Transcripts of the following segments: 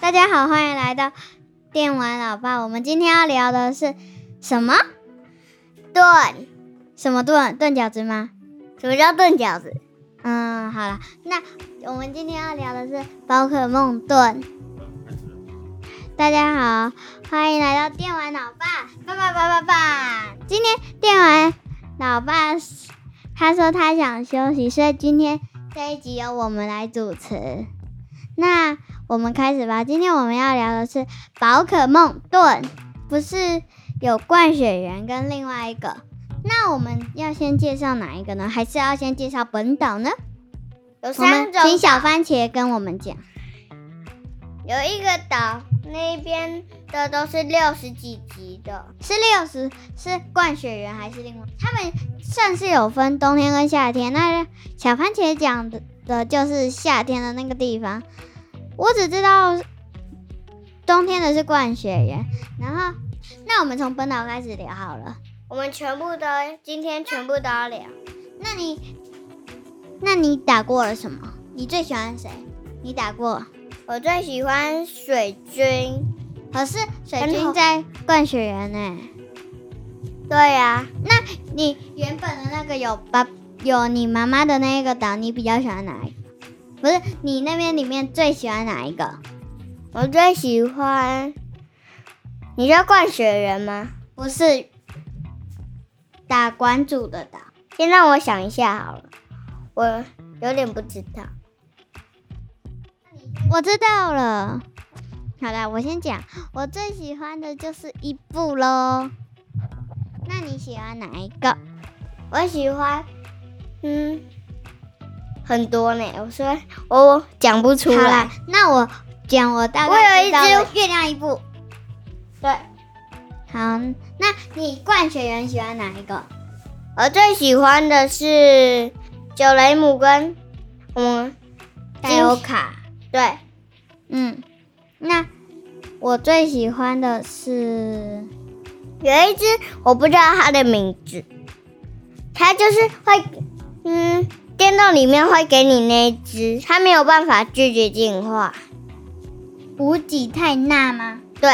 大家好，欢迎来到电玩老爸。我们今天要聊的是什么？炖，什么炖？炖饺子吗？什么叫炖饺子？嗯，好了，那我们今天要聊的是宝可梦炖。大家好，欢迎来到电玩老爸，爸爸爸爸爸。今天电玩老爸他说他想休息，所以今天这一集由我们来主持。那我们开始吧。今天我们要聊的是宝可梦盾，不是有灌雪人跟另外一个。那我们要先介绍哪一个呢？还是要先介绍本岛呢？有我们三种，请小番茄跟我们讲。有一个岛那边的都是六十几级的，是六十是灌雪人还是另外？他们算是有分冬天跟夏天。那小番茄讲的的就是夏天的那个地方，我只知道冬天的是灌雪人。然后，那我们从本岛开始聊好了。我们全部都今天全部都要聊。那你，那你打过了什么？你最喜欢谁？你打过？我最喜欢水军，可是水很军好在灌雪人呢、对呀、那你原本的那个有爸有你妈妈的那个岛，你比较喜欢哪一个？不是你那边里面最喜欢哪一个？我最喜欢。你知道灌雪人吗？不是打馆主的岛，先让我想一下好了，我有点不知道。我知道了。好啦，我先讲，我最喜欢的就是一部喽。那你喜欢哪一个？我喜欢，嗯，很多呢。我说我讲不出好来啦。，那我讲我大概我有一知道了只月亮一部。对，好，那你灌雪人喜欢哪一个？我最喜欢的是九雷姆跟我们戴欧卡。对嗯，那我最喜欢的是，有一只我不知道它的名字，它就是会嗯电动里面会给你那一只，它没有办法拒绝进化。无极泰纳吗？对，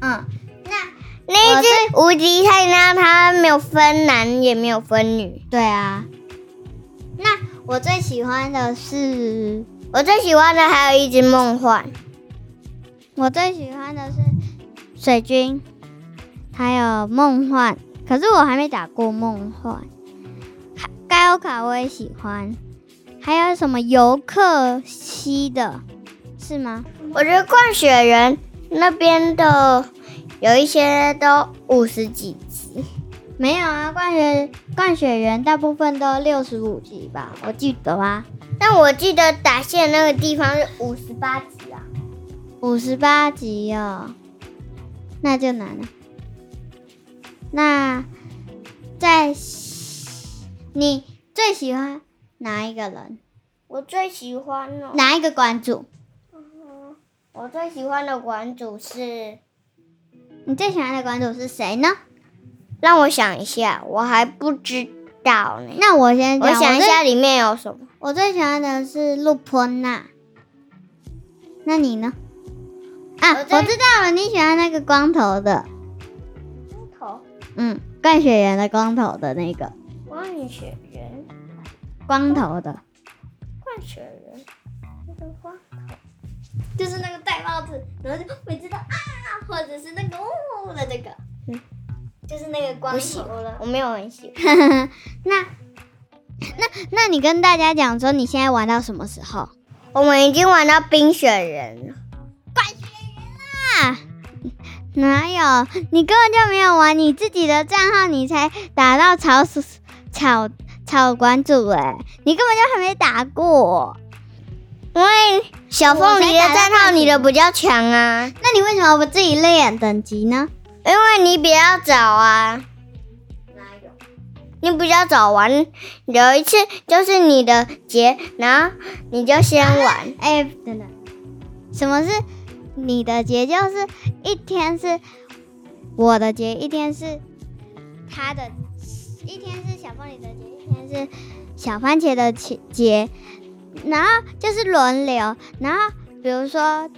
嗯，那那一只无敌泰纳它没有分男也没有分女。对啊，那我最喜欢的是，我最喜欢的还有一只梦幻，我最喜欢的是水军，还有梦幻。可是我还没打过梦幻，还盖欧卡我也喜欢，还有什么游客西的，是吗？我觉得灌雪人那边的有一些都五十几级。没有啊，灌雪灌雪人大部分都六十五级吧，我记得啊，但我记得打线那个地方是五十八级啊。五十八级哦，那就难了。那在你最喜欢哪一个人？我最喜欢哦，哪一个馆主？我最喜欢的馆主是，你最喜欢的馆主是谁呢？让我想一下，我还不知道呢。那我先讲，我想一最下里面有什么。我最喜欢的是露波娜，那你呢？啊，我我最知道了，你喜欢那个光头的，头嗯，灌雪人的光头的那个，灌雪人，光头的，灌雪人，那个光头，就是那个戴帽子，然后就每次都啊，或者是那个呜的那个，嗯，就是那个光不喜头的。我没有很喜欢。那 那那你跟大家讲说你现在玩到什么时候？我们已经玩到冰雪人了，啊，哪有？你根本就没有玩你自己的账号，你才打到草鼠草草馆主哎、你根本就还没打过。因为小凤梨的我才打战到号半你的级比较强啊，那你为什么不自己练等级呢？因为你比较早啊。啊你比较早玩，有一次就是你的节，然后你就先玩。哎、等等，什么是你的节？就是一天是我的节，一天是他的，一天是小凤梨的节，一天是小番茄的节节，然后就是轮流，然后比如说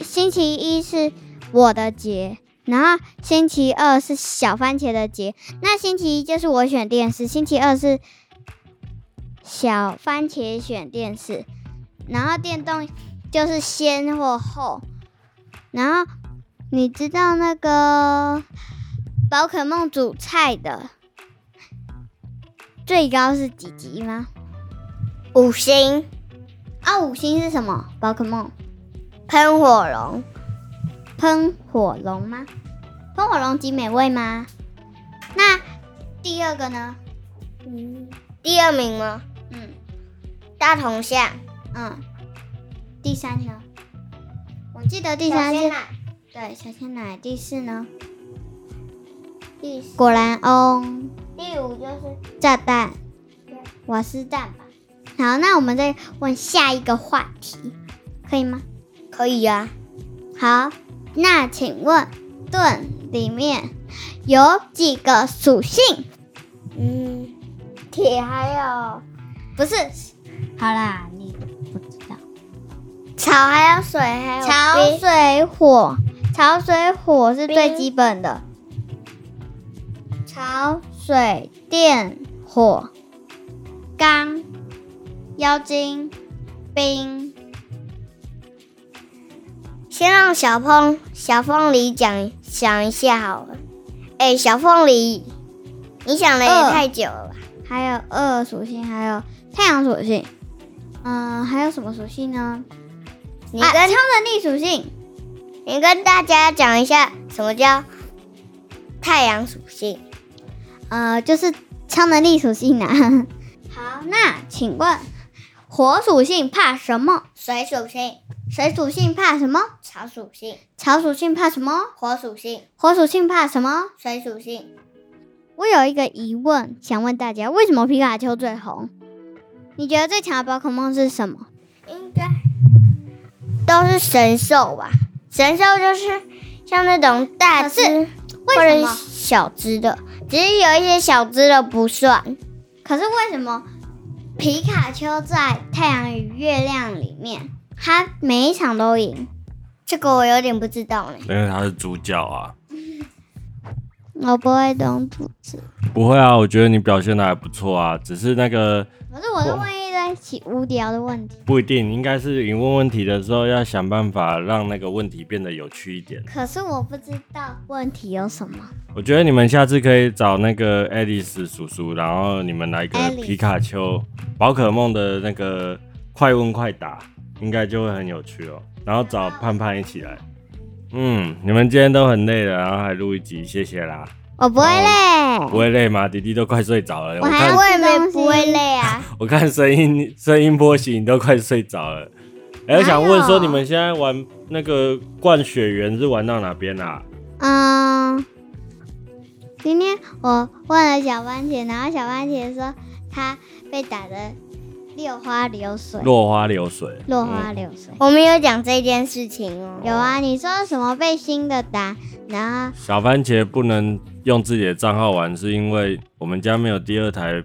星期一是我的节，然后星期二是小番茄的节。那星期一就是我选电视，星期二是小番茄选电视，然后电动就是先或后。然后你知道那个宝可梦煮菜的最高是几级吗？五星啊，五星是什么？宝可梦喷火龙，喷火龙吗？喷火龙级美味吗？那第二个呢？第二名吗？嗯大铜像，嗯，第三呢？我记得第三是对小鲜奶，第四呢？第四果然翁第五就是炸弹，瓦斯弹吧。好，那我们再问下一个话题，可以吗？可以啊，好，那请问盾里面有几个属性？嗯，铁还有不是，好啦，你不知道。草还有水还有潮冰水火，潮水火是最冰基本的。潮水电火，钢妖精冰先让小凤小凤梨讲想一下好了。哎、小凤梨，你想的也饿太久了吧？还有二属性，还有太阳属性。嗯，还有什么属性呢？你啊跟、超能力属性，你跟大家讲一下什么叫太阳属性。呃，就是超能力属性啊。 好，那请问火属性怕什么？水属性、水属性怕什么？草属性、草属性怕什么？火属性、火属性怕什么？水属性，我有一个疑问，想问大家，为什么皮卡丘最红？你觉得最强的宝可梦是什么？应该都是神兽吧？神兽就是像那种大只可是或为什者么小只的，只是有一些小只的不算。可是为什么皮卡丘在太阳与月亮里面，它每一场都赢？这个我有点不知道呢。因为他是主角啊。我不会懂组织，不会啊，我觉得你表现的还不错啊，只是那个可是我哦是问一堆起无聊的问题。不一定，应该是你问问题的时候要想办法让那个问题变得有趣一点。可是我不知道问题有什么。我觉得你们下次可以找那个爱丽丝叔叔，然后你们来个 Alice 皮卡丘、宝可梦的那个快问快答，应该就会很有趣哦。然后找盼盼一起来。嗯，你们今天都很累了，然后还录一集，谢谢啦。我不会累，不会累吗？弟弟都快睡着了，我哦我还看要我也吃东没西不会累啊。我看声音声音波形，你都快睡着了。哪哎、有我想问说，你们现在玩那个灌雪原是玩到哪边啊啦、嗯，今天我问了小番茄，然后小番茄说他被打的六花流水，落花流水。落花流水。我们有讲这件事情哦。有啊，你说什么被新的打，然后小番茄不能用自己的账号玩，是因为我们家没有第二台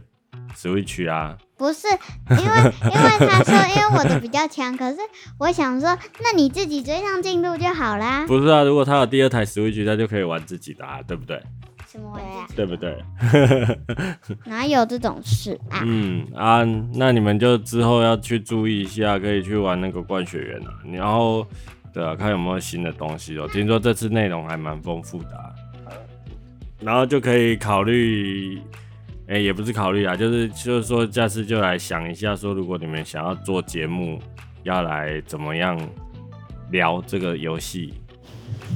Switch 啊。不是因 为因为他说因为我的比较强，可是我想说，那你自己追上进度就好啦。不是啊，如果他有第二台 Switch，他就可以玩自己的、啊，对不对？什么玩意？对不对？哪有这种事啊？嗯啊，那你们就之后要去注意一下，可以去玩那个灌雪园啊。然后，对啊，看有没有新的东西哦。听说这次内容还蛮丰富的、啊，然后就可以考虑，哎、也不是考虑啊，就是就是说下次就来想一下，说如果你们想要做节目，要来怎么样聊这个游戏。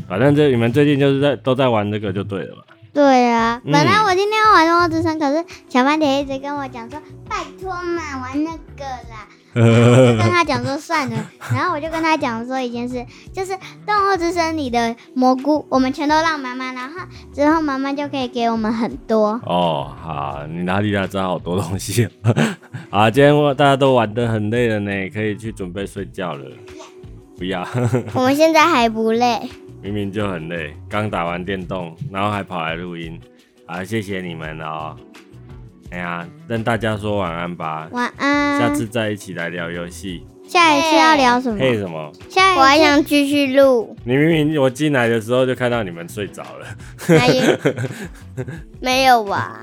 反正这你们最近就是在都在玩这个就对了嘛。对啊，本嗯来我今天要玩《动物之声》，可是小番茄一直跟我讲说，拜托嘛，玩那个 啦。我就跟他讲说算了，然后我就跟他讲说一件事，就是《动物之声》里的蘑菇，我们全都让妈妈，然后之后妈妈就可以给我们很多。哦，好，你哪里来知道好多东西？ 啊，今天我大家都玩得很累了呢，可以去准备睡觉了。不要， 我们现在还不累，明明就很累，刚打完电动，然后还跑来录音，啊，谢谢你们哦。哎呀，跟大家说晚安吧，晚安，下次再一起来聊游戏，下一次要聊什么？嘿什么？下一我还次想继续 录，你明明我进来的时候就看到你们睡着了。哪有没有吧？